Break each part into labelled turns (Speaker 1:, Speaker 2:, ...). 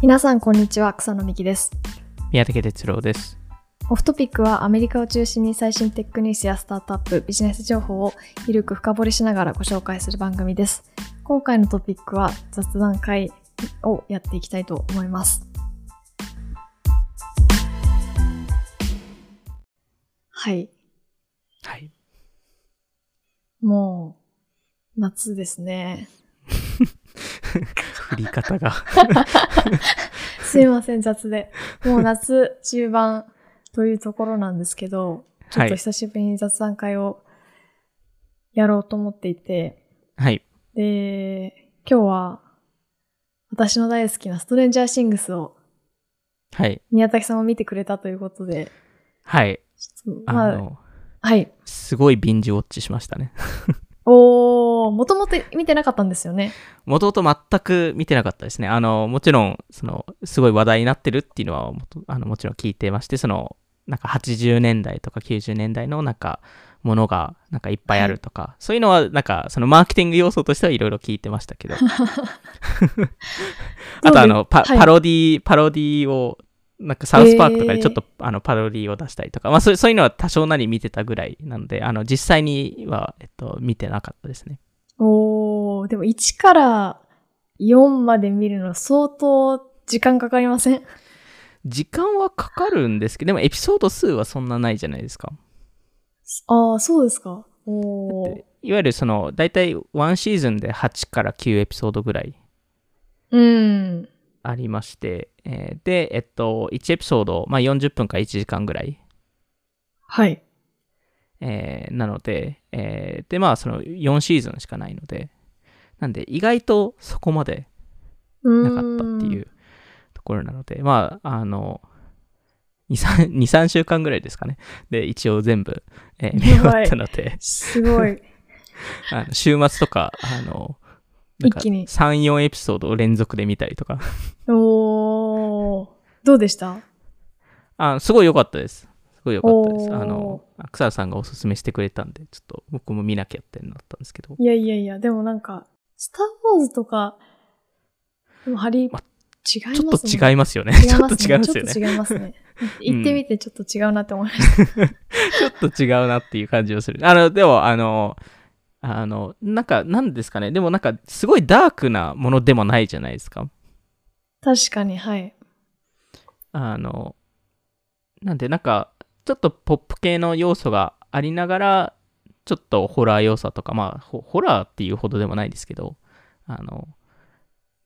Speaker 1: 皆さんこんにちは草野美希です
Speaker 2: 宮武哲郎です。
Speaker 1: オフトピックはアメリカを中心に最新テックニュースやスタートアップビジネス情報をゆるく深掘りしながらご紹介する番組です今回のトピックは雑談会をやっていきたいと思いますはい
Speaker 2: はい。
Speaker 1: もう夏ですね
Speaker 2: 振り方 が。
Speaker 1: すいません、雑で。もう夏中盤というところなんですけど、ちょ
Speaker 2: は
Speaker 1: っと
Speaker 2: い。
Speaker 1: 久しぶりに雑談会をやろうと思っていて、
Speaker 2: はい。
Speaker 1: で、今日は私の大好きなストレンジャーシングスを
Speaker 2: はい。
Speaker 1: 宮崎さんも見てくれたということで、
Speaker 2: はい。
Speaker 1: ちょっと
Speaker 2: あ
Speaker 1: まあ、
Speaker 2: の、
Speaker 1: はい。
Speaker 2: すごいビンジウォッチしましたね。
Speaker 1: おー、もともと見てなかったんですよね。
Speaker 2: もともと全く見てなかったですね。あの、もちろん、その、すごい話題になってるっていうのは、もとあのもちろん聞いてまして、その、なんか80年代とか90年代のなんか、ものがなんかいっぱいあるとか、そういうのはなんかそのマーケティング要素としてはいろいろ聞いてました けどあとあのパ,、
Speaker 1: はい
Speaker 2: パロディパロディをなんかサウスパークとかでちょっと、あのパロディを出したりとか、まあ、そうそういうのは多少なり見てたぐらいなのであの実際には、えっと、見てなかったですね
Speaker 1: おー、でも1から4まで見るの相当時間かかりません
Speaker 2: 時間はかかるんですけどでもエピソード数はそんなないじゃないですか
Speaker 1: ああ、そうですか。お
Speaker 2: だっ
Speaker 1: ー
Speaker 2: て。いわゆるその大体1シーズンで8から9エピソードぐらい
Speaker 1: うん。
Speaker 2: ありまして、えーで、えっと、1エピソード、まあ、40分から1時間ぐらい、
Speaker 1: はい。
Speaker 2: えーなので、えーで、まあ、その4シーズンしかないので、なんで、意外とそこまで
Speaker 1: な
Speaker 2: なかったっていう。ところなので、まあ、あの、2、3, 2 3週間ぐらいですかね。で、一応全部、えー見終
Speaker 1: やばい
Speaker 2: わったので、
Speaker 1: すごい。
Speaker 2: あの週末とか、あの、なんか
Speaker 1: 一気に
Speaker 2: 3、4エピソードを連続で見たりとか、
Speaker 1: おー。どうでした
Speaker 2: あすごい良かったです。すごい良かったです。
Speaker 1: おー
Speaker 2: あの、草野さんがおすすめしてくれたんで、ちょっと僕も見なきゃってなったんですけど、
Speaker 1: いやいやいや、でもなんか、スター・ウォーズとか、でもハリー、
Speaker 2: ま
Speaker 1: 違います
Speaker 2: ちょっと
Speaker 1: ね。
Speaker 2: 違いますよね。
Speaker 1: 違
Speaker 2: ち
Speaker 1: い
Speaker 2: ょ
Speaker 1: ま
Speaker 2: っと
Speaker 1: す
Speaker 2: 違い
Speaker 1: ね。
Speaker 2: ま
Speaker 1: ち
Speaker 2: す
Speaker 1: ょ
Speaker 2: よ
Speaker 1: っ
Speaker 2: ね
Speaker 1: と。違いますね。行ってみてちょっと違うなって思いました。
Speaker 2: ちょっと違うなっていう感じをする。あの、でも、あの、あの、なんか、なんですかね。でもなんか、すごいダークなものでもないじゃないですか。
Speaker 1: 確かに、はい。
Speaker 2: あの、なんで、なんか、ちょっとポップ系の要素がありながら、ちょっとホラー要素とか、まあ、ホホラーっていうほどでもないですけど、あの、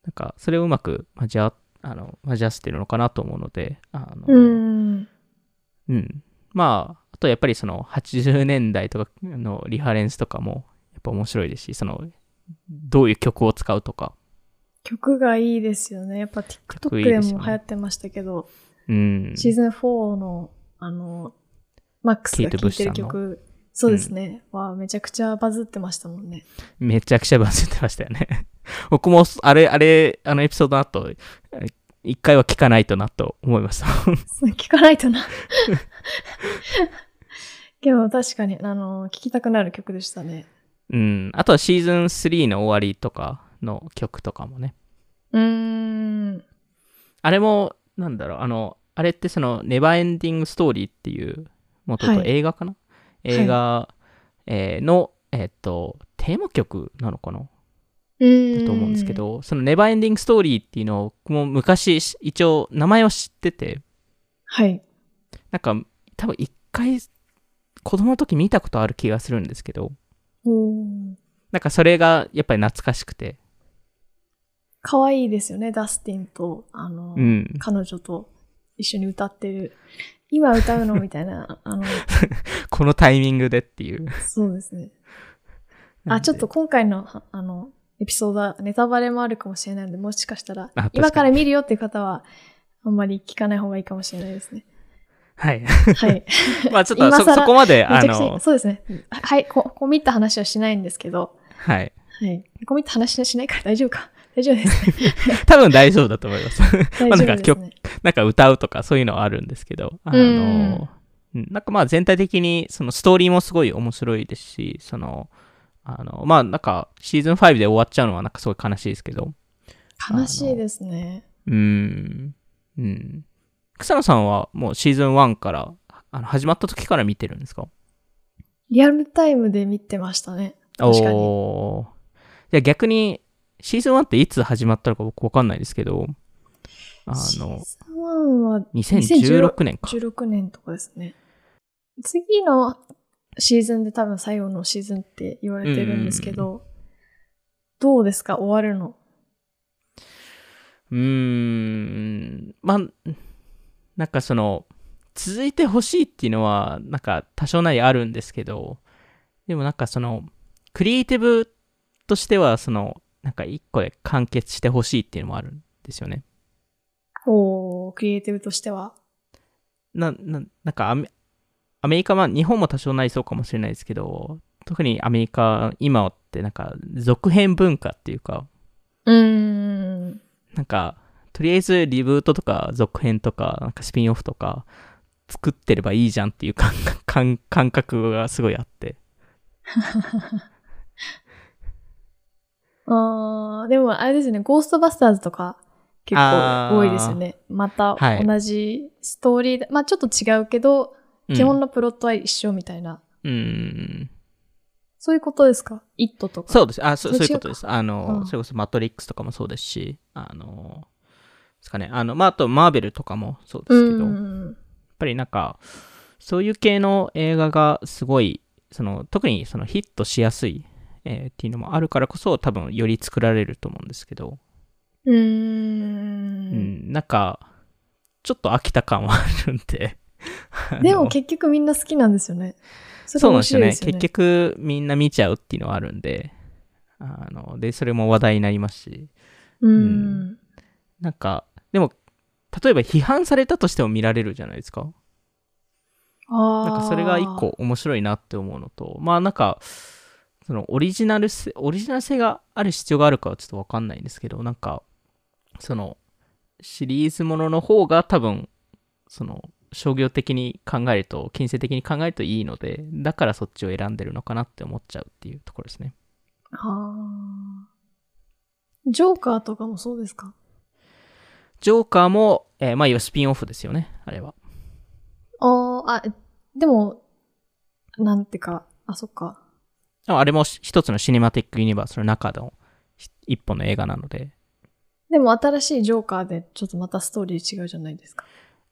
Speaker 2: なんか、それをうまく交わ、あの、交わせてるのかなと思うので、あの、
Speaker 1: うん。
Speaker 2: うん。まあ、あとやっぱりその80年代とかのリファレンスとかもやっぱ面白いですし、そのどういう曲を使うとか、
Speaker 1: 曲がいいですよね。やっぱ TikTok
Speaker 2: 曲いい
Speaker 1: で
Speaker 2: ですよね
Speaker 1: も流行ってましたけど、
Speaker 2: うん。
Speaker 1: シーズン4の、あの、マックスが聴いてる
Speaker 2: ケイトブ
Speaker 1: 曲、そうですね、はめちゃくちゃバズってましたもんね。
Speaker 2: めちゃくちゃバズってましたよね。 僕もあれ、あれ、あのエピソードの後、え一回は聞かないとなと思いました。
Speaker 1: そう聞かないとな。けど確かに、あの、聴きたくなる曲でしたね。
Speaker 2: うん。あとはシーズン3の終わりとかの曲とかもね。
Speaker 1: うーん。
Speaker 2: あれも、なんだろう、あの、あれってその、ネバーエンディングストーリーっていう、元
Speaker 1: は
Speaker 2: と
Speaker 1: い
Speaker 2: 映画かな、映画、えーの、えっと、テーマ曲なのかな
Speaker 1: うー
Speaker 2: だ
Speaker 1: ん。
Speaker 2: と思うんですけ。ど、そのネバーエンディングストーリーっていうのを、僕も昔、一応、名前を知ってて、
Speaker 1: はい。
Speaker 2: なんか、多分一回、子供の時見たことある気がするんですけど、
Speaker 1: おー
Speaker 2: なんかそれがやっぱり懐かしくて、
Speaker 1: 可愛いですよね、ダスティンと、あの、
Speaker 2: うん。
Speaker 1: 彼女と一緒に歌ってる。今歌うのみたい な、あの、
Speaker 2: このタイミングでっていう。
Speaker 1: そうですね。
Speaker 2: な
Speaker 1: あ、
Speaker 2: んで
Speaker 1: ちょっと今回の、はあの、エピソードはネタバレもあるかもしれないので、もしかしたら
Speaker 2: 確かに、
Speaker 1: 今から見るよっていう方は、あんまり聞かない方がいいかもしれないですね。
Speaker 2: はい。
Speaker 1: はい。
Speaker 2: まあちょっと
Speaker 1: 今
Speaker 2: そ、
Speaker 1: 更
Speaker 2: そこまで、
Speaker 1: め
Speaker 2: あ
Speaker 1: ちゃくちゃ
Speaker 2: の、
Speaker 1: そうですね。ははい、こ、こみった話はしないんですけど、
Speaker 2: はい。
Speaker 1: はい。こみった話はしないから大丈夫か。大丈夫 ですね。
Speaker 2: 多分大丈夫だと思います。
Speaker 1: 大
Speaker 2: なん
Speaker 1: 丈
Speaker 2: か
Speaker 1: 夫ですね。
Speaker 2: なんか歌うとかそういうのはあるんですけど、あの、うんなんかまあ全体的にそのストーリーもすごい面白いですし、その、あの、まあなんかシーズン5で終わっちゃうのはなんかすごい悲しいですけど、
Speaker 1: 悲しいですね。
Speaker 2: うーん。うん。草野さんはもうシーズン1から、あの始まった時から見てるんですか
Speaker 1: リアルタイムで見てましたね。確かに
Speaker 2: おーじゃあ逆に、シーズン1っていつ始まったのか僕わかんないですけど、あ
Speaker 1: シー
Speaker 2: の、
Speaker 1: ズン1は
Speaker 2: 2016年か。
Speaker 1: 16年とかですね。次のシーズンで多分最後のシーズンって言われてるんですけど、どうですか終わるの。
Speaker 2: うーん。まあ、なんかその、続いてほしいっていうのは、なんか多少なりあるんですけど、でもなんかその、クリエイティブとしては、その、なんか一個で完結してほしいっていうのもあるんですよね。
Speaker 1: おークリエイティブとしては。
Speaker 2: な、な、なんかアメ、アメリカは、日本も多少なりそうかもしれないですけど、特にアメリカ、今ってなんか、続編文化っていうか、
Speaker 1: うーん。
Speaker 2: なんか、とりあえずリブートとか続編とか、なんかスピンオフとか、作ってればいいじゃんっていう感 感感覚がすごいあって。
Speaker 1: あーでもあれですね、ゴーストバスターズとか結
Speaker 2: あ
Speaker 1: 構
Speaker 2: ー
Speaker 1: 多いですよね。また
Speaker 2: はい
Speaker 1: 同じストーリーだ、まあちょっと違うけど、基本
Speaker 2: の。
Speaker 1: のプロットは一緒みたいな。
Speaker 2: うん。
Speaker 1: そういうことですか ?IT とか。
Speaker 2: そうです。あ、
Speaker 1: そ
Speaker 2: そそ
Speaker 1: れ
Speaker 2: ういうことです。あの、
Speaker 1: うん
Speaker 2: それこそマトリックスとかもそうですし、あの、ですかね。あの、まあ、あとマーベルとかもそうで
Speaker 1: う
Speaker 2: すけど、
Speaker 1: ん。
Speaker 2: やっぱりなんかそういう系の映画がすごいその特にそのヒットしやすい、えーっていうのもあるからこそ多分より作られると思うんですけど、
Speaker 1: う
Speaker 2: うん
Speaker 1: ん。
Speaker 2: なんかちょっと飽きた感はあるんであの
Speaker 1: でも結局みんな好きなんですよね。それ
Speaker 2: そう
Speaker 1: が面
Speaker 2: なんですよ
Speaker 1: 白い
Speaker 2: ね
Speaker 1: ですよね。
Speaker 2: 結局みんな見ちゃうっていうのはあるんであのでそれも話題になりますし
Speaker 1: うん。
Speaker 2: なんかでも例えば批判されたとしても見られるじゃないですか
Speaker 1: ああ。
Speaker 2: なんかそれが一。個面白いなって思うのと、まあなんか、そのオリジナル性、オリジナル性がある必要があるかはちょっとわかんないんですけど、なんか、その、シリーズものの方が多分、その、商業的に考えると、金銭的に考えるといいので、だからそっちを選んでるのかなって思っちゃうっていうところですね。
Speaker 1: ああ。ジョーカーとかもそうですか
Speaker 2: ジョーカーも、えーまあ、いわゆるスピンオフですよね、あれは。
Speaker 1: ああ、あ、でも、なんてか、あ、そっか。
Speaker 2: でもあれも一つのシネマティックユニバースの中の一本の映画なので、
Speaker 1: でも新しいジョーカーでちょっとまたストーリー違うじゃないですか。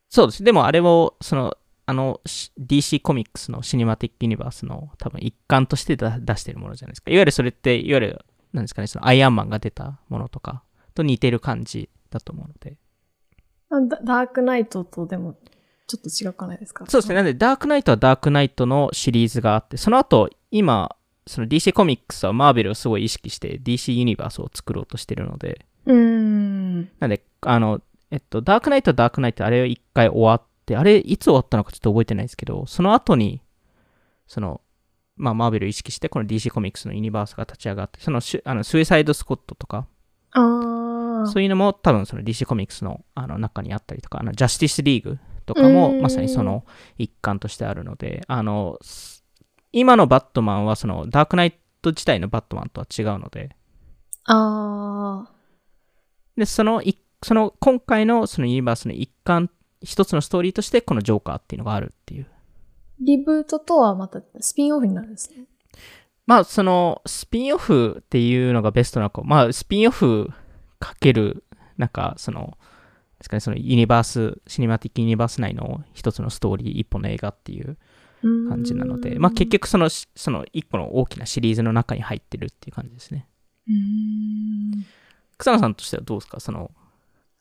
Speaker 2: そうです。でもあれを、その、あの、し DC コミックスのシネマティックユニバースの多分一環としてだ出してるものじゃないですか。いわゆるそれって、いわゆる、なんですかね、そのアイアンマンが出たものとかと似てる感じだと思うので。
Speaker 1: あダダークナイトとでもちょっと違うかないですか
Speaker 2: そうですね。。なんで、ダークナイトはダークナイトのシリーズがあって、その後、今、その DC コミックスはマーベルをすごい意識して DC ユニバースを作ろうとしてるので、
Speaker 1: うーん。
Speaker 2: なんで、あの、えっと、ダークナイトはダークナイト、あれは一回終わって、あれいつ終わったのかちょっと覚えてないですけど、その後に、その、まあ、マーベルを意識して、この DC コミックスのユニバースが立ち上がって、そのシュ、あの、スイサイドスコットとか、
Speaker 1: ああ。
Speaker 2: そういうのも多分その DC コミックスのあの中にあったりとか、あの、ジャスティスリーグとかも
Speaker 1: うん
Speaker 2: まさにその一環としてあるので、あの、す今のバットマンはそのダークナイト自体のバットマンとは違うので、
Speaker 1: ああ。
Speaker 2: で、その一、その今回のそのユニバースの一環、一つのストーリーとして、このジョーカーっていうのがあるっていう。
Speaker 1: リブートとはまたスピンオフになるんですね。
Speaker 2: まあ、その、スピンオフっていうのがベストなのか、まあ、スピンオフかける、なんか、その、ですかね、そのユニバース、シネマティックユニバース内の一つのストーリー、一本の映画っていう
Speaker 1: うーん
Speaker 2: 感じなので、まあ、結局その、しその一個の大きなシリーズの中に入ってるっていう感じですね。
Speaker 1: うーん
Speaker 2: 草野さんとしてはどうですかその、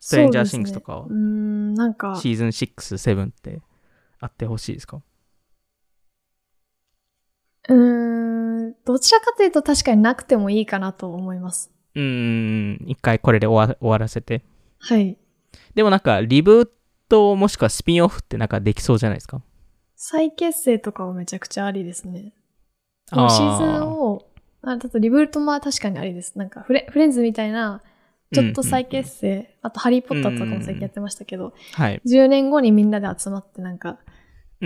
Speaker 2: ストレンジャーシングスとかは
Speaker 1: そうですねうーん、なんか、
Speaker 2: シーズン6、7ってあってほしいですか
Speaker 1: うーん、どちらかというと確かになくてもいいかなと思います。
Speaker 2: うーん、一回これで終わ終わらせて。
Speaker 1: はい。
Speaker 2: でもなんか、リブートもしくはスピンオフってなんかできそうじゃないですか。
Speaker 1: 再結成とかはめちゃくちゃありですね。
Speaker 2: あー
Speaker 1: もうシーズンを、あ、だとリブルトも確かにありです。なんかフレ、フレンズみたいな、ちょっと再結成、あとハリーポッターとかも最近やってましたけど、
Speaker 2: はい。
Speaker 1: 10年後にみんなで集まってなんか、
Speaker 2: う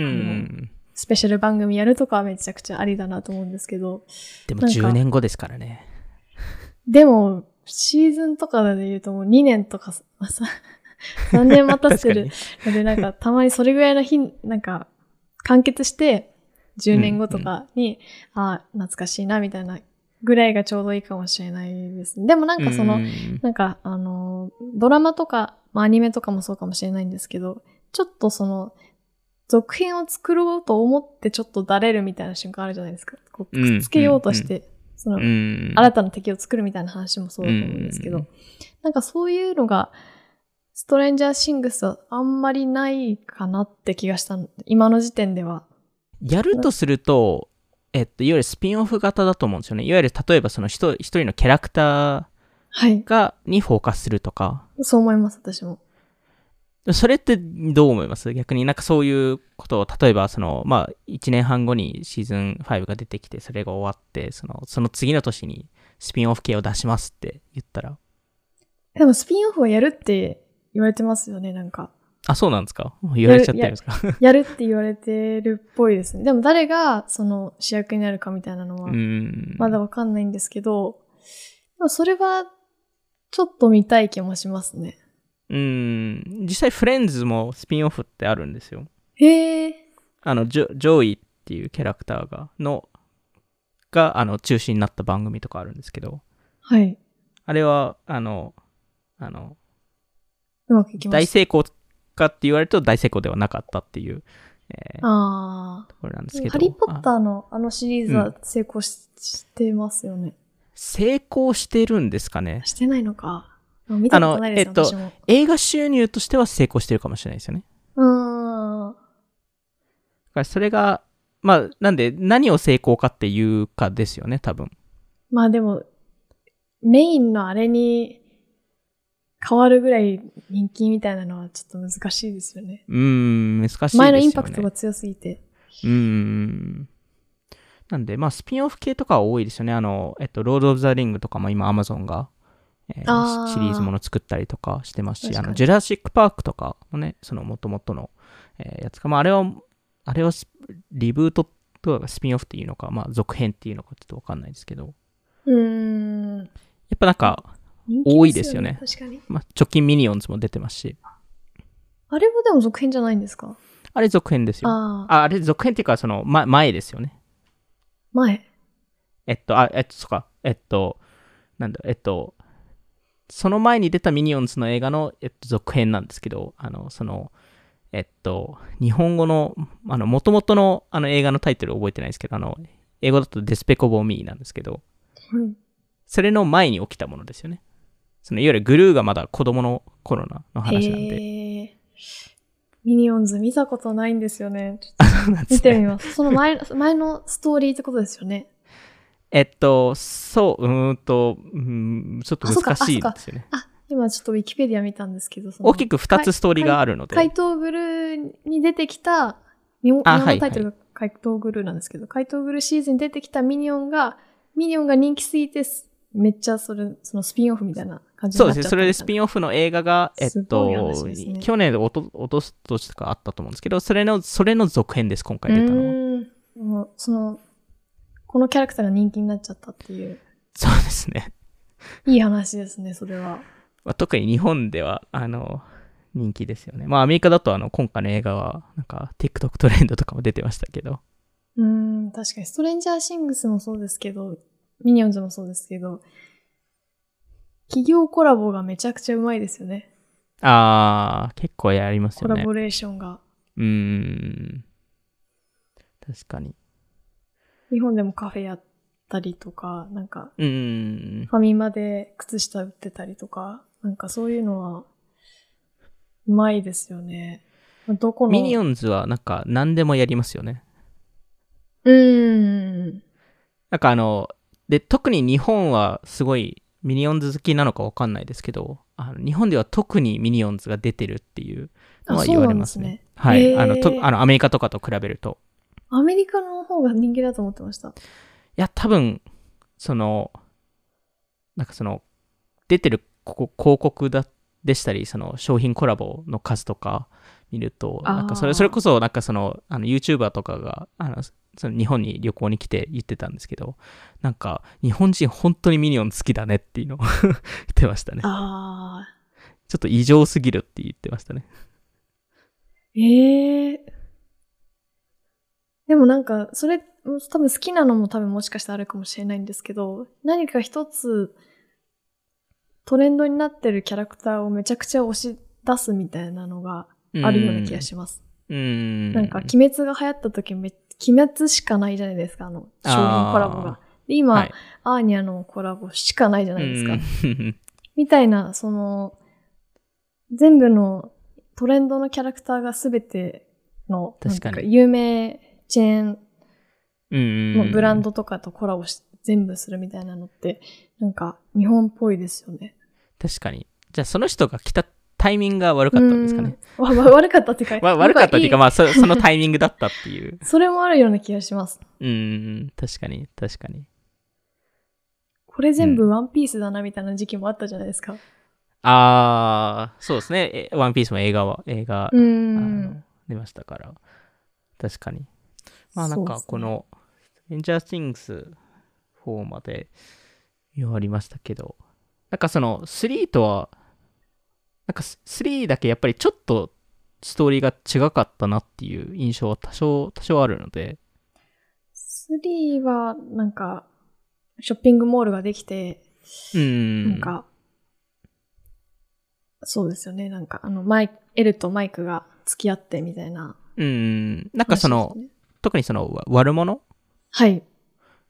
Speaker 1: あ
Speaker 2: ん
Speaker 1: の。スペシャル番組やるとかはめちゃくちゃありだなと思うんですけど、
Speaker 2: でも
Speaker 1: なんか
Speaker 2: 10年後ですからね。
Speaker 1: でも、シーズンとかで言うともう2年とかさ、 さ3年待たせてる。ので、なんかたまにそれぐらいの日、なんか完結して、10年後とかに、ああ、懐かしいな、みたいなぐらいがちょうどいいかもしれないです。でもなんかその、
Speaker 2: うんうん
Speaker 1: なんか、あの、ドラマとか、まあ、アニメとかもそうかもしれないんですけど、ちょっとその、続編を作ろうと思ってちょっとだれるみたいな瞬間あるじゃないですか。こう
Speaker 2: うん
Speaker 1: くっつけようとして、その、
Speaker 2: うん、
Speaker 1: 新たな敵を作るみたいな話もそうだと思うんですけど、
Speaker 2: うん
Speaker 1: なんかそういうのが、ストレンジャーシングスはあんまりないかなって気がしたの今の時点では。
Speaker 2: やるとすると、えっと、いわゆるスピンオフ型だと思うんですよね。いわゆる例えばその一人一人のキャラクタ
Speaker 1: はい
Speaker 2: ー。がにフォーカスするとか、
Speaker 1: そう思います、私も。
Speaker 2: それってどう思います逆になんかそういうことを、例えばその、まあ、1年半後にシーズン5が出てきて、それが終わって、その、その次の年にスピンオフ系を出しますって言ったら、
Speaker 1: でもスピンオフはやるって言われてますよね、なんか。
Speaker 2: あ、そうなんですか言われちゃってるんです か
Speaker 1: やるって言われてるっぽいですね。でも誰がその主役になるかみたいなの
Speaker 2: う
Speaker 1: は
Speaker 2: ーん。
Speaker 1: まだわかんないんですけど、でもそれはちょっと見たい気もしますね。
Speaker 2: うーん。実際フレンズもスピンオフってあるんですよ。
Speaker 1: へえ。
Speaker 2: あの、ジョジョイっていうキャラクターが、の、が、あの、中心になった番組とかあるんですけど、
Speaker 1: はい。
Speaker 2: あれは、あの、あの、
Speaker 1: うまくいきま
Speaker 2: 大
Speaker 1: した。
Speaker 2: 成功かって言われると大成功ではなかったっていう、えー
Speaker 1: ああ
Speaker 2: と。ころなんで
Speaker 1: で
Speaker 2: すけ
Speaker 1: も
Speaker 2: ど。
Speaker 1: ハリー・ポッタ
Speaker 2: あ
Speaker 1: ーのあのシリーズは成功し,、してますよね。
Speaker 2: 成功してるんですかね。
Speaker 1: してないのか。でも見たことないですよ、
Speaker 2: あのえっと
Speaker 1: 私も。
Speaker 2: 映画収入としては成功してるかもしれないですよね。
Speaker 1: うーん。
Speaker 2: だからそれが、まあ、なんで何を成功かっていうかですよね、多分。
Speaker 1: まあでも、メインのあれに変わるぐらい人気みたいなのはちょっと難しいですよね。
Speaker 2: うーん、難しいですよ
Speaker 1: 前
Speaker 2: ね。
Speaker 1: のインパクトが強すぎて。
Speaker 2: うーん。なんで、まあ、スピンオフ系とかは多いですよね。あの、えっと、ロード・オブ・ザ・リングとかも今、アマゾンが、えー
Speaker 1: あー
Speaker 2: シシリーズもの作ったりとかしてますし、
Speaker 1: 確
Speaker 2: あ
Speaker 1: かに
Speaker 2: の、ジュラシック・パークとかもね、その、もともとの、えーやつか、まあ、あれは、あれはスリブートとかスピンオフっていうのか、まあ、続編っていうのかちょっとわかんないですけど、
Speaker 1: うーん。
Speaker 2: やっぱなんか、
Speaker 1: 人
Speaker 2: 多いですよね
Speaker 1: 確かに。
Speaker 2: まあ、直近ミニオンズも出てますし、
Speaker 1: あれもでも続編じゃないんですか
Speaker 2: あれ続編ですよ。
Speaker 1: ああ。
Speaker 2: ああれ続編っていうか、その、ま、前ですよね。
Speaker 1: 前。
Speaker 2: えっと、あ、えっと、そっか、えっと、なんだ、えっと、その前に出たミニオンズの映画の、えっと、続編なんですけど、あの、その、えっと、日本語の、あの、元々の、あの映画のタイトル覚えてないですけど、あの、英語だとデスペコボミーなんですけど、
Speaker 1: うん。
Speaker 2: それの前に起きたものですよね。その、いわゆるグルーがまだ子供の頃なの話なんで。
Speaker 1: へえ。ミニオンズ見たことないんですよね。ちょっ
Speaker 2: そうな
Speaker 1: と
Speaker 2: んで
Speaker 1: 見
Speaker 2: す
Speaker 1: て
Speaker 2: ね
Speaker 1: みます。その 前、前のストーリーってことですよね。
Speaker 2: えっと、そう、うーんと、うーん、ちょっと
Speaker 1: あそうか
Speaker 2: 難
Speaker 1: あ
Speaker 2: しい
Speaker 1: そうか
Speaker 2: ですよね。
Speaker 1: あ、今ちょっとウィキペディア見たんですけど、その
Speaker 2: 大きく2つストーリーがあるので。
Speaker 1: 怪盗グルーに出てきた、日本日
Speaker 2: あ
Speaker 1: 本
Speaker 2: は
Speaker 1: の
Speaker 2: い
Speaker 1: タイトルが怪盗グルーなんですけど、怪盗グルーシーズンに出てきたミニオンが、ミニオンが人気すぎてす、めっちゃそれ、そのスピンオフみたいな感じに
Speaker 2: そう
Speaker 1: な
Speaker 2: で
Speaker 1: っちゃっ
Speaker 2: すね。
Speaker 1: た
Speaker 2: それでスピ
Speaker 1: ン
Speaker 2: ンオフの映画が、えっ
Speaker 1: すごい話
Speaker 2: と、
Speaker 1: ですね
Speaker 2: 去年で落と落とすとしかあったと思うんですけど、それの、それの続編です、今回出たのは。
Speaker 1: の。もうその、このキャラクターが人気になっちゃったっていう、
Speaker 2: そうですね。
Speaker 1: いい話ですね、それは。
Speaker 2: まあ、特に日本では、あの、人気ですよね。まあ、アメリカだと、あの、今回の映画は、なんか、TikTok トレンドとかも出てましたけど。
Speaker 1: うーん、確かに、ストレンジャーシングスもそうですけど、ミニオンズもそうですけど、企業コラボがめちゃくちゃうまいですよね。
Speaker 2: あー、結構やります
Speaker 1: コ
Speaker 2: よ
Speaker 1: ラ
Speaker 2: ね。
Speaker 1: ボレーションが。
Speaker 2: うーん。確かに。
Speaker 1: 日本でもカフェやったりとか、なんか、
Speaker 2: うーん。
Speaker 1: ファミマで靴下売ってたりとか、なんかそういうのは、うまいですよね。どこの。
Speaker 2: ミニ
Speaker 1: ン。
Speaker 2: オンズは、なんか、何でもやりますよね。
Speaker 1: うーん。
Speaker 2: なんかあの、で、特に日本はすごいミニオンズ好きなのかわかんないですけど、あの日本では特にミニオンズが出てるっていうの
Speaker 1: あ
Speaker 2: は
Speaker 1: そ
Speaker 2: 言
Speaker 1: う
Speaker 2: わ
Speaker 1: な
Speaker 2: れ
Speaker 1: ん
Speaker 2: ま
Speaker 1: ですす
Speaker 2: ね。
Speaker 1: ね。
Speaker 2: は
Speaker 1: へ
Speaker 2: い。
Speaker 1: ー
Speaker 2: あの、とあのアメリカとかと比べると。
Speaker 1: アメリカの方が人気だと思ってました。
Speaker 2: いや、多分、その、なんかその、出てるここ広告だでしたり、その商品コラボの数とか、見ると、
Speaker 1: あー
Speaker 2: なんかそれそれこそなんかそのあの YouTuber とかがあのその日本に旅行に来て言ってたんですけど、なんか日本人本当にミニオン好きだねっていうのを 言ってましたね。
Speaker 1: ああ。
Speaker 2: ちょっと異常すぎるって言ってましたね。
Speaker 1: ええでもなんか、それ、多分好きなのも多分もしかしたらあるかもしれないんですけど、何か一つ、トレンドになってるキャラクターをめちゃくちゃ押し出すみたいなのがあるような気がします。
Speaker 2: うーん。
Speaker 1: なんか、鬼滅が流行った時め、鬼滅しかないじゃないですか、あの、商品コラボが
Speaker 2: あ。
Speaker 1: で今、
Speaker 2: はい
Speaker 1: アーニャのコラボしかないじゃないですか。
Speaker 2: うん
Speaker 1: みたいな、その、全部のトレンドのキャラクターがすべての、
Speaker 2: 確かに
Speaker 1: なん有名チェーン
Speaker 2: うん
Speaker 1: のブランドとかとコラボし、全部するみたいなのって、なんか日本っぽいですよね。
Speaker 2: 確かに。じゃあその人が来たタイミングが悪かったんですかね。
Speaker 1: うん。わわ悪かったっていうか、
Speaker 2: わ悪かったっていうか、
Speaker 1: なん
Speaker 2: まあそ そのタイミングだったっていう
Speaker 1: い。それもあるような気がします。
Speaker 2: うん、確かに、確かに。
Speaker 1: これ全部ワンピースだなみたいな時期もあったじゃないですか。
Speaker 2: あー、そうですね。えワンピースも映画は、映画、
Speaker 1: う
Speaker 2: あ
Speaker 1: ん
Speaker 2: の。出ましたから。確かに。まあなん
Speaker 1: そうっ
Speaker 2: か
Speaker 1: すね
Speaker 2: この、レンジャースティングス4までやりましたけど、なんかその3とは、なんかス3だけやっぱりちょっとストーリーが違かったなっていう印象は多少、多少あるので、
Speaker 1: 3は、なんか、ショッピングモールができて、
Speaker 2: うん。
Speaker 1: なんか、そうですよね。なんか、あの、マイエルとマイクが付き合ってみたいな、
Speaker 2: うん。なんかその、、特にそのわ悪者
Speaker 1: はい。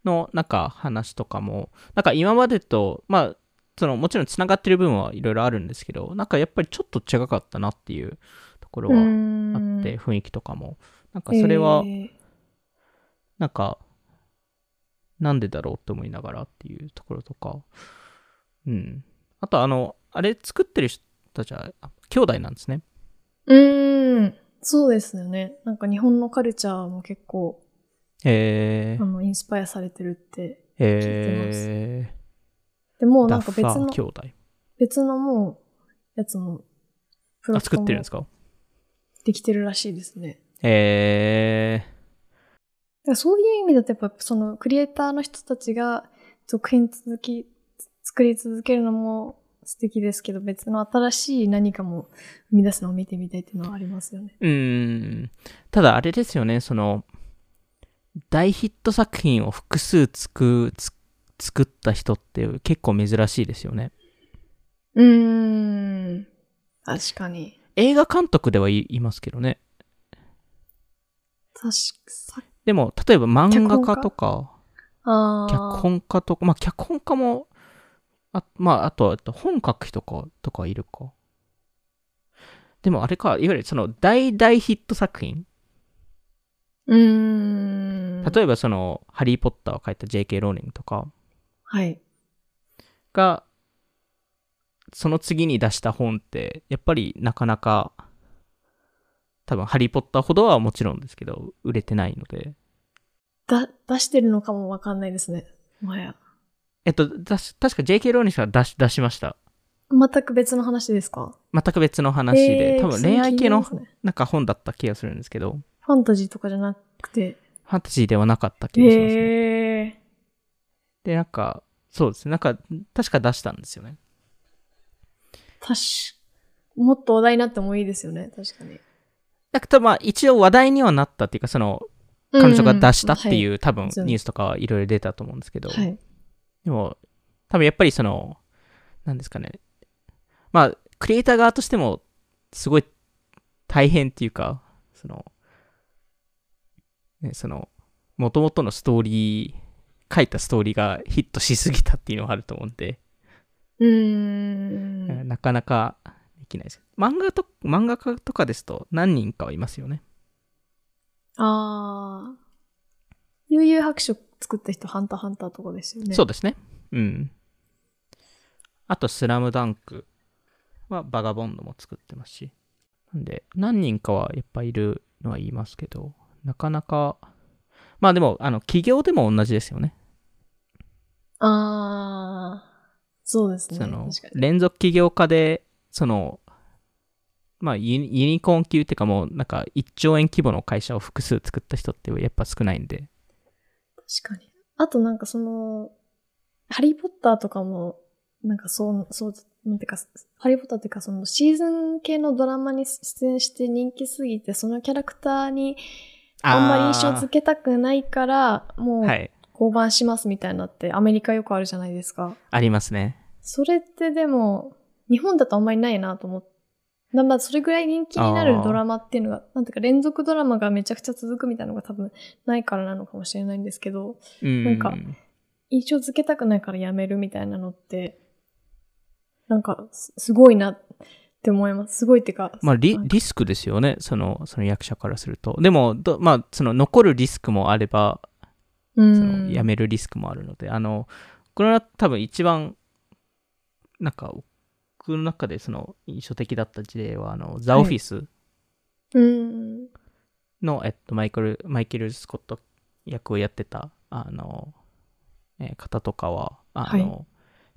Speaker 2: のなんか話とかもなんか今までとまあそのもちろんつながってる部分はいろいろあるんですけどなんかやっぱりちょっと違かったなっていうところはあ
Speaker 1: あ
Speaker 2: って、、雰囲気とかもなんかそれは
Speaker 1: えー
Speaker 2: なんか、なんでだろうって思いながらっていうところとかうんあとあのあれ作ってる人たちはあ兄弟なんですね
Speaker 1: うーん、そうですよね。なんか日本のカルチャーも結構、
Speaker 2: へ
Speaker 1: あの、インスパイアされてるって。
Speaker 2: えへえ
Speaker 1: でもうな
Speaker 2: ダ
Speaker 1: ん
Speaker 2: ッ
Speaker 1: か
Speaker 2: フ
Speaker 1: 別
Speaker 2: ァ
Speaker 1: の
Speaker 2: ー、兄弟
Speaker 1: 別のもう、やつも、プ
Speaker 2: あ
Speaker 1: ロット
Speaker 2: 作ってるんです
Speaker 1: か
Speaker 2: か
Speaker 1: できてるらしいですね。
Speaker 2: へ
Speaker 1: だ
Speaker 2: え
Speaker 1: からそういう意味だとやっぱそのクリエイターの人たちが続編続きつ作り続けるのも素敵ですけど別の新しい何かも生み出すのを見てみたいっていうのはありますよね。
Speaker 2: うーん。ただあれですよね、その、大ヒット作品を複数作つ作った人って結構珍しいですよね。
Speaker 1: うーん。確かに。
Speaker 2: 映画監督ではい、いますけどね。
Speaker 1: 確か
Speaker 2: でも、例えば漫画家とか、
Speaker 1: ああ。
Speaker 2: 脚本家とか、まあ脚本家も、あまあ、あとはえっと本書く人かとかいるか。でもあれか、いわゆるその大大ヒット作品。
Speaker 1: うーん。
Speaker 2: 例えばその、ハリー・ポッターを書いた J.K. ローリングとか、
Speaker 1: はい。
Speaker 2: がその次に出した本ってやっぱりなかなか多分「ハリー・ポッター」ほどはもちろんですけど売れてないので
Speaker 1: だ、出してるのかもわかんないですね。もはや。
Speaker 2: えっと出し確か JK ローリングが出し出しました
Speaker 1: 全く別の話ですか
Speaker 2: 全く別の話
Speaker 1: え
Speaker 2: で、
Speaker 1: ー
Speaker 2: 多分恋愛系の
Speaker 1: それ気になりますね
Speaker 2: なんか本だった気がするんですけど
Speaker 1: ファンタジーとかじゃなくて。
Speaker 2: ファンタジーではなかった気がしますね、
Speaker 1: へえ。
Speaker 2: でなんかそうですねなんか確か出したんですよね
Speaker 1: 確かもっと話題になってもいいですよね、確かに。
Speaker 2: なんか多分まあ一応話題にはなったっていうかその彼女が出したっていう、
Speaker 1: う
Speaker 2: 多分
Speaker 1: そう
Speaker 2: ニュースとかはいろいろ出たと思うんですけど、
Speaker 1: ん。はい。はい
Speaker 2: でも、多分やっぱりその、なんですかね。まあ、クリエイター側としても、すごい大変っていうか、その、ね、その、もともとのストーリー、書いたストーリーがヒットしすぎたっていうのはあると思うんで、
Speaker 1: うーん。
Speaker 2: なかなかできないです。漫画と、漫画家とかですと何人かはいますよね。
Speaker 1: ああ。悠々白書作った人、ハンターハンターとかですよね。
Speaker 2: そう
Speaker 1: う。
Speaker 2: ですね。うん。あと、スラムダンクはバガボンドも作ってますし。なんで、何人かはいっぱいいるのは言いますけど、なかなか、まあでも、あの、企業でも同じですよね。
Speaker 1: ああ。そうですね。
Speaker 2: その
Speaker 1: 確か、に。
Speaker 2: 連続起業家で、その、まあ、ユニユニコーン級っていうかもうなんか1兆円規模の会社を複数作った人ってやっぱ少ないんで。
Speaker 1: 確かに。あとなんかその、ハリーポッターとかも、なんかそう、そう、なんていうか、ハリーポッターっていうかそのシーズン系のドラマに出演して人気すぎて、そのキャラクターにあんまり印象付けたくないから、も
Speaker 2: け
Speaker 1: う
Speaker 2: はい。
Speaker 1: 降板しますみたいなってアメリカよくあるじゃないですか。
Speaker 2: ありますね。
Speaker 1: それってでも、日本だとあんまりないなと思って。なまあ、それぐらい人気にな
Speaker 2: あ
Speaker 1: る
Speaker 2: ー
Speaker 1: ドラマっていうのが、なんていうか連続ドラマがめちゃくちゃ続くみたいなのが多分ないからなのかもしれないんですけど、
Speaker 2: うん。
Speaker 1: なんか印象付けたくないからやめるみたいなのって、なんかすすごいなって思います。すごいっていうか、
Speaker 2: まあ、リ
Speaker 1: なんか
Speaker 2: リスクですよね、そのその役者からすると。でも、どまあ、その残るリスクもあれば、
Speaker 1: う
Speaker 2: その
Speaker 1: ん、
Speaker 2: 辞めるリスクもあるので、あの、これは多分一番、なんか、僕の中でその印象的だった事例は、あの、ザ・
Speaker 1: はい
Speaker 2: オフィス
Speaker 1: うん。
Speaker 2: の、えっと、マイケル、マイケル・スコット役をやってた、あの、えー方とかは、あの、
Speaker 1: は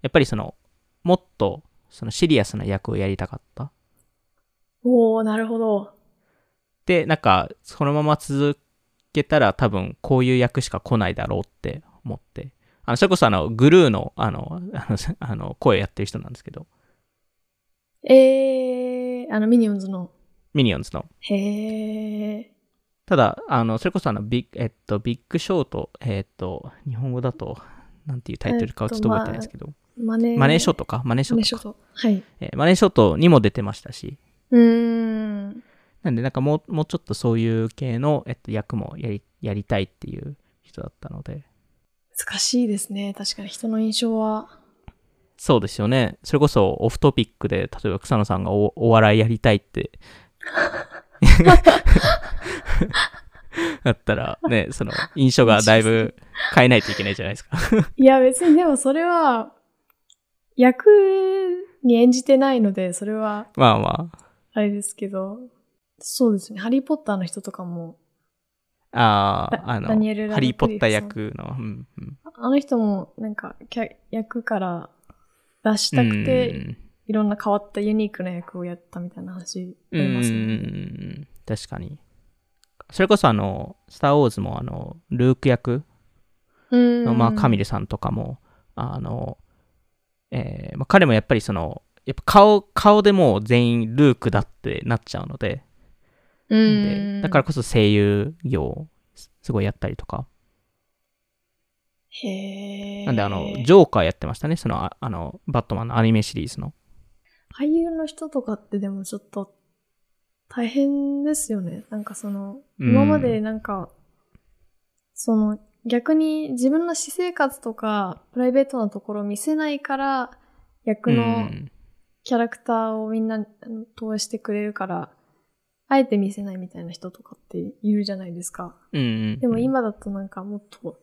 Speaker 2: やっぱりその、もっと、そのシリアスな役をやりたかった。
Speaker 1: おー、なるほど。
Speaker 2: で、なんか、そのまま続けたら多分、こういう役しか来ないだろうって思って。あの、それこそあの、グルーの、あの、 あの、あの声やってる人なんですけど、
Speaker 1: えー、あの、ミニオンズの。
Speaker 2: ミニオンズの。
Speaker 1: へー。
Speaker 2: ただ、あの、それこそあの、ビッグ、えっと、ビッグショート、えっと、日本語だと、なんていうタイトルかはちょっと覚えてないですけど、
Speaker 1: マネー。
Speaker 2: マネーショートか、マネーショ
Speaker 1: マネー
Speaker 2: ー
Speaker 1: シ
Speaker 2: ト
Speaker 1: ョ
Speaker 2: か
Speaker 1: ット。はい。
Speaker 2: えーマネーショートにも出てましたし、
Speaker 1: うーん。
Speaker 2: なんで、なんかもう、もうちょっとそういう系の、えっと、役もやり、やりたいっていう人だったので、
Speaker 1: 難しいですね。確かに人の印象は。
Speaker 2: そうですよね。それこそオフトピックで、例えば草野さんがおお笑いやりたいって。 だったら、ね、その印象がだいぶ変えないといけないじゃないですか。
Speaker 1: いや、別にでもそれは、役に演じてないので、それは
Speaker 2: まあま
Speaker 1: あれですけど、そうですね。ハリーポッターの人とかも、
Speaker 2: あ。ああ、あの、
Speaker 1: ダニエルラ
Speaker 2: ハ
Speaker 1: ド
Speaker 2: リー・ポ
Speaker 1: ク
Speaker 2: ッ
Speaker 1: リフ
Speaker 2: タ
Speaker 1: さ
Speaker 2: ー
Speaker 1: ん
Speaker 2: 役の、うんうん、
Speaker 1: あの人もなんかキャ役から出したく
Speaker 2: う
Speaker 1: て、
Speaker 2: ん
Speaker 1: いろんな変わったユニークな役をやったみたいな話あ
Speaker 2: う
Speaker 1: りますね。
Speaker 2: ん、確かに。それこそあの、スター・ウォーズもあの、ルーク役
Speaker 1: うん
Speaker 2: のまあ、カミルさんとかも、あの、えーまあ、彼もやっぱりその、やっぱ顔、顔でもう全員ルークだってなっちゃうので、
Speaker 1: う
Speaker 2: で
Speaker 1: ん。
Speaker 2: だからこそ声優業をすすごいやったりとか、
Speaker 1: へえ。
Speaker 2: なんであの、ジョーカーやってましたね、その、ああの、バットマンのアニメシリーズの。
Speaker 1: 俳優の人とかってでもちょっと大変ですよね。なんかその、
Speaker 2: うん
Speaker 1: 今までなんか、その逆に自分の私生活とかプライベートなところを見せないから役
Speaker 2: う
Speaker 1: の
Speaker 2: ん
Speaker 1: キャラクターをみんなあの投影してくれるから、あえて見せないみたいな人とかっているじゃないですか。
Speaker 2: うん、
Speaker 1: でも今だとなんかもっと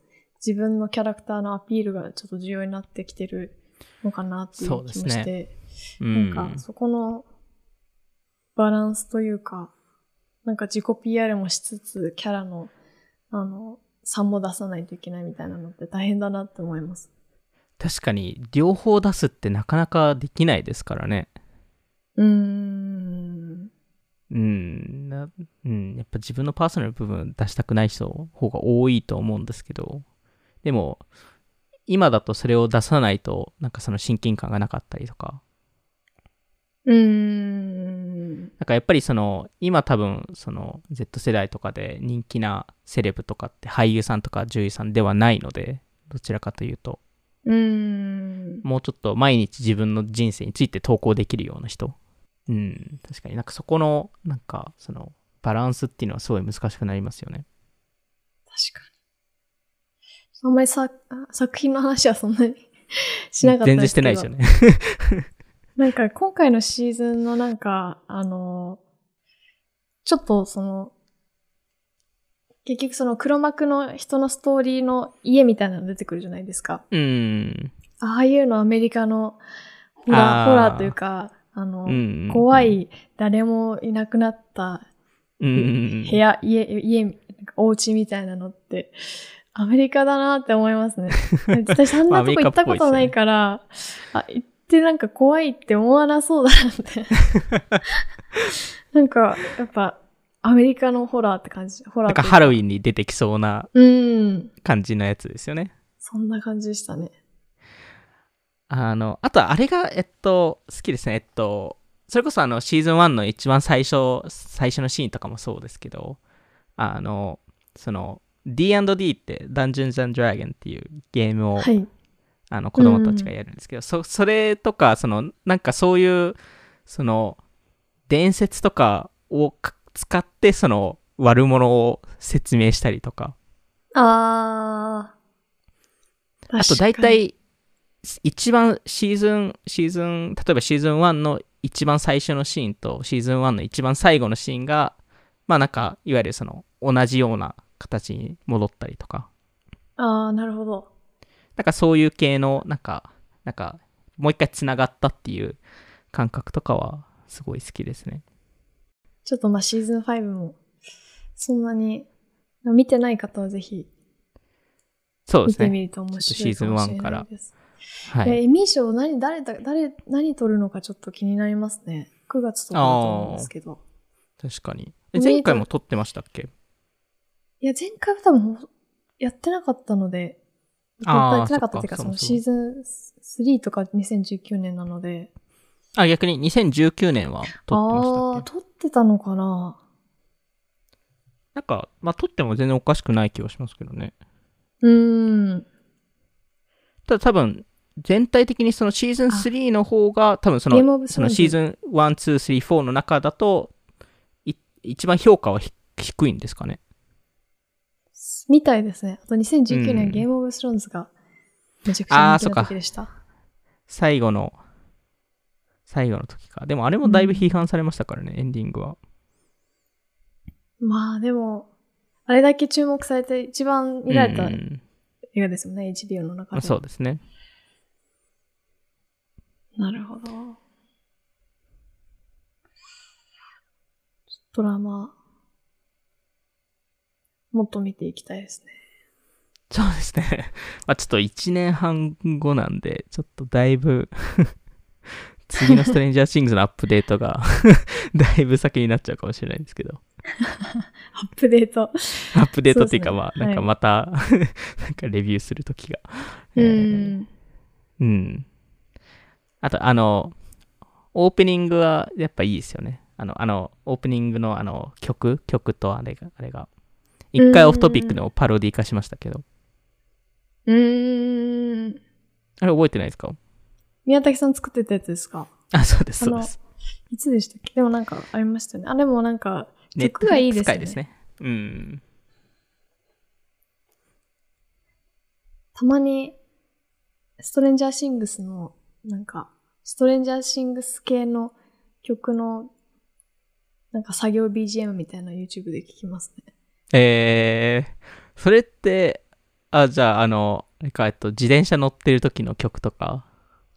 Speaker 1: 自分のキャラクターのアピールがちょっと重要になってきてるのかなっていう気
Speaker 2: そう
Speaker 1: も
Speaker 2: ですね
Speaker 1: して。
Speaker 2: うん、
Speaker 1: なんか、そこのバランスというか、なんか自己 PR もしつつ、キャラの、あの、3も出さないといけないみたいなのって大変だなって思います。
Speaker 2: 確かに、両方出すってなかなかできないですからね。
Speaker 1: うーん。
Speaker 2: うん、なうん、やっぱ自分のパーソナル部分出したくない人の方が多いと思うんですけど、でも、今だとそれを出さないと、なんかその親近感がなかったりとか、
Speaker 1: うーん。
Speaker 2: なんかやっぱりその、今多分、その Z 世代とかで人気なセレブとかって俳優さんとか女優さんではないので、どちらかというと、
Speaker 1: うーん。
Speaker 2: もうちょっと毎日自分の人生について投稿できるような人。うん、確かになんかそこの、なんかその、バランスっていうのはすごい難しくなりますよね。
Speaker 1: 確かに。あんまりさあ作品の話はそんなにしなかった
Speaker 2: 全
Speaker 1: ですけど。
Speaker 2: 然してないですよね。
Speaker 1: なんか今回のシーズンのなんか、あの、ちょっとその、結局その黒幕の人のストーリーの家みたいなの出てくるじゃないですか。
Speaker 2: うん。
Speaker 1: ああいうのアメリカのホ
Speaker 2: あ
Speaker 1: ラ
Speaker 2: ー
Speaker 1: ー、ホラーというか、あの、
Speaker 2: うん
Speaker 1: 怖。い誰もいなくなった
Speaker 2: うん
Speaker 1: 部。屋、家、家、お家みたいなのって、 アメリカだなって思いますね。私あんなとこ行ったことないから、あ、いってなんか怖いって思わなそうだな って。なんか、やっぱ、アメリカのホラーって感じ。ホラ
Speaker 2: な
Speaker 1: ー
Speaker 2: ん
Speaker 1: って
Speaker 2: か
Speaker 1: いう
Speaker 2: ハロウィンに出てきそうな
Speaker 1: うん。
Speaker 2: 感じのやつですよね。
Speaker 1: そんな感じでしたね。
Speaker 2: あの、あとあれが、えっと、好きですね。えっと、それこそあの、シーズン1の一番最初、最初のシーンとかもそうですけど、あの、その、D&D って、Dungeons and Dragon っていうゲームを、
Speaker 1: はい。
Speaker 2: あの子供たちがやるんですけど、そそれとかそのなんかそういうその伝説とかをか使ってその悪者を説明したりとか
Speaker 1: あー。
Speaker 2: あと大体一番シーズンシーズン例えばシーズン1の一番最初のシーンとシーズン1の一番最後のシーンがまあなんかいわゆるその同じような形に戻ったりとか
Speaker 1: あー、なるほど。
Speaker 2: なんかそういう系の、なんか、なんか、もう一回つながったっていう感覚とかは、すごい好きですね。
Speaker 1: ちょっとまあシーズン5も、そんなに、見てない方はぜひ
Speaker 2: そうで
Speaker 1: 見
Speaker 2: す
Speaker 1: て
Speaker 2: ね。
Speaker 1: みると面
Speaker 2: ちょっと
Speaker 1: 白
Speaker 2: シー
Speaker 1: い
Speaker 2: ズ
Speaker 1: か
Speaker 2: ン
Speaker 1: も
Speaker 2: ワ
Speaker 1: し
Speaker 2: ン
Speaker 1: れ
Speaker 2: か
Speaker 1: な
Speaker 2: ら
Speaker 1: いです。
Speaker 2: はい
Speaker 1: や
Speaker 2: い。
Speaker 1: エミー賞何、誰だ、誰、何取るのかちょっと気になりますね。9月とかだと思うんですけど。
Speaker 2: 確かに。
Speaker 1: お
Speaker 2: え
Speaker 1: めでとう
Speaker 2: 前回も撮ってましたっけ
Speaker 1: いや、前回は多分ほ、やってなかったので、
Speaker 2: あー
Speaker 1: やってなかったっていうか、
Speaker 2: そ
Speaker 1: そ
Speaker 2: っか
Speaker 1: の
Speaker 2: そ
Speaker 1: シ
Speaker 2: も
Speaker 1: ーズン3とか2019年なので、
Speaker 2: あ、逆に2019年は撮ってま
Speaker 1: あ
Speaker 2: した
Speaker 1: あー、
Speaker 2: っけ
Speaker 1: 撮ってたのかな
Speaker 2: なんか、まあ撮っても全然おかしくない気はしますけどね。
Speaker 1: うーん。
Speaker 2: ただ多分、全体的にそのシーズン
Speaker 1: あ
Speaker 2: 3の方が、多分そ
Speaker 1: ゲームオブ
Speaker 2: の、
Speaker 1: ス
Speaker 2: そ
Speaker 1: ローン
Speaker 2: の
Speaker 1: ズ
Speaker 2: シーズン1、2、3、4の中だと、い一番評価はひ低いんですかね。
Speaker 1: みたいですね。あと2019
Speaker 2: うん
Speaker 1: 年ゲームオブスローンズがめちゃくちゃ人気な時でした。
Speaker 2: 最後の、最後の時か。でもあれもだいぶ批判されましたからね、エンディングは。
Speaker 1: まあでも、あれだけ注目されて一番見られた
Speaker 2: うん
Speaker 1: 映画ですよね、HBO の中で。
Speaker 2: そうですね。
Speaker 1: なるほど。ドラマ、もっと見ていきたいですね。
Speaker 2: そうですね。 まあちょっと1年半後なんで、ちょっとだいぶ、次のストレンジャーシングスのアップデートが、 だいぶ先になっちゃうかもしれないんですけど。
Speaker 1: アップデート。
Speaker 2: アップデートっていうか、
Speaker 1: そう
Speaker 2: ま
Speaker 1: ですね
Speaker 2: あなんか
Speaker 1: はい
Speaker 2: また、 なんかレビューするときが。え
Speaker 1: う
Speaker 2: ー
Speaker 1: ん。
Speaker 2: うん。あと、あの、オープニングはやっぱいいですよね。あの、あの、オープニングのあの曲、曲とあれが、あれが。一回オフトピックのパロディ化しましたけど、
Speaker 1: うーん。
Speaker 2: あれ覚えてないですか
Speaker 1: 宮崎さん作ってたやつですか
Speaker 2: あ、そうです、
Speaker 1: あ
Speaker 2: そう
Speaker 1: の
Speaker 2: です。
Speaker 1: いつでしたっけでもなんかありましたよね。あ、でもなんか、曲がいいですよね
Speaker 2: ネットフリックス界ですね。うん。
Speaker 1: たまに、ストレンジャーシングスの、なんか、ストレンジャーシングス系の曲の、なんか作業 BGM みたいなの YouTube で聞きますね。
Speaker 2: えー、それって、あ、じゃあ、あの、あれか、えっと、自転車乗ってる時の曲とか、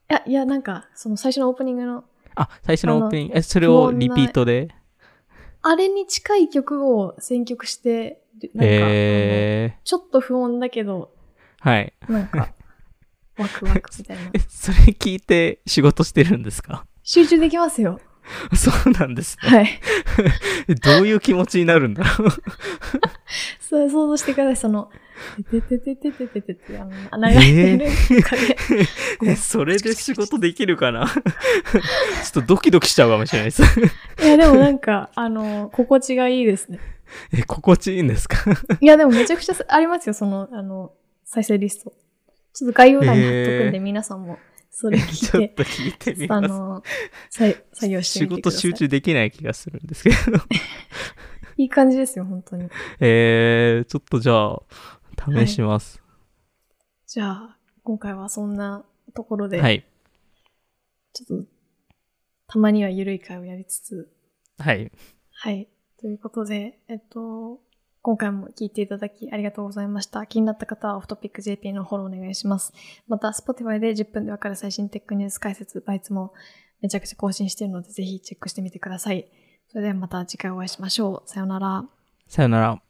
Speaker 1: いや、いや、なんか、その最初のオープニングの、
Speaker 2: あ、最初の
Speaker 1: あ
Speaker 2: オ
Speaker 1: の
Speaker 2: ープニング、え、それをリピートで、
Speaker 1: あれに近い曲を選曲して、なんか、あの
Speaker 2: え
Speaker 1: ちょっと不穏だけど、
Speaker 2: ー、はい。
Speaker 1: なんか、ワクワクみたいな
Speaker 2: え。、それ聞いて仕事してるんですか
Speaker 1: 集中できますよ。
Speaker 2: そうなんですね。
Speaker 1: はい。
Speaker 2: どういう気持ちになるんだろう。
Speaker 1: そう、想像してください。その、てててててててて、あの、流れてる中で、
Speaker 2: え、それで仕事できるかな ちょっとドキドキしちゃうかもしれないです。
Speaker 1: いや、でもなんか、あの、心地がいいですね。
Speaker 2: え、心地いいんですか
Speaker 1: いや、でもめちゃくちゃありますよ、その、あの、再生リスト。ちょっと概要欄に貼っとくんで、
Speaker 2: へー
Speaker 1: 皆さんも、そ
Speaker 2: え
Speaker 1: れ
Speaker 2: ち
Speaker 1: 聞
Speaker 2: ょっ
Speaker 1: いて、
Speaker 2: と聞いてみ
Speaker 1: あ
Speaker 2: ま
Speaker 1: の、さい作業
Speaker 2: す。
Speaker 1: して
Speaker 2: 仕
Speaker 1: みてくだ
Speaker 2: 事
Speaker 1: さい。
Speaker 2: 集中できない気がするんですけど。
Speaker 1: いい感じですよ、本当に。
Speaker 2: えー、ちょっとじゃあ、試します。
Speaker 1: じゃあ、今回はそんなところ
Speaker 2: は
Speaker 1: で、
Speaker 2: い。はい。
Speaker 1: ちょっと、たまには緩い会をやりつつ、
Speaker 2: はい。
Speaker 1: はい。ということで、えっと、今回も聞いていただきありがとうございました。気になった方はオフトピック JP のフォローお願いします。また、Spotify で10分でわかる最新テックニュース解説、バイツもめちゃくちゃ更新しているので、ぜひチェックしてみてください。それではまた次回お会いしましょう。さようなら。
Speaker 2: さよなら。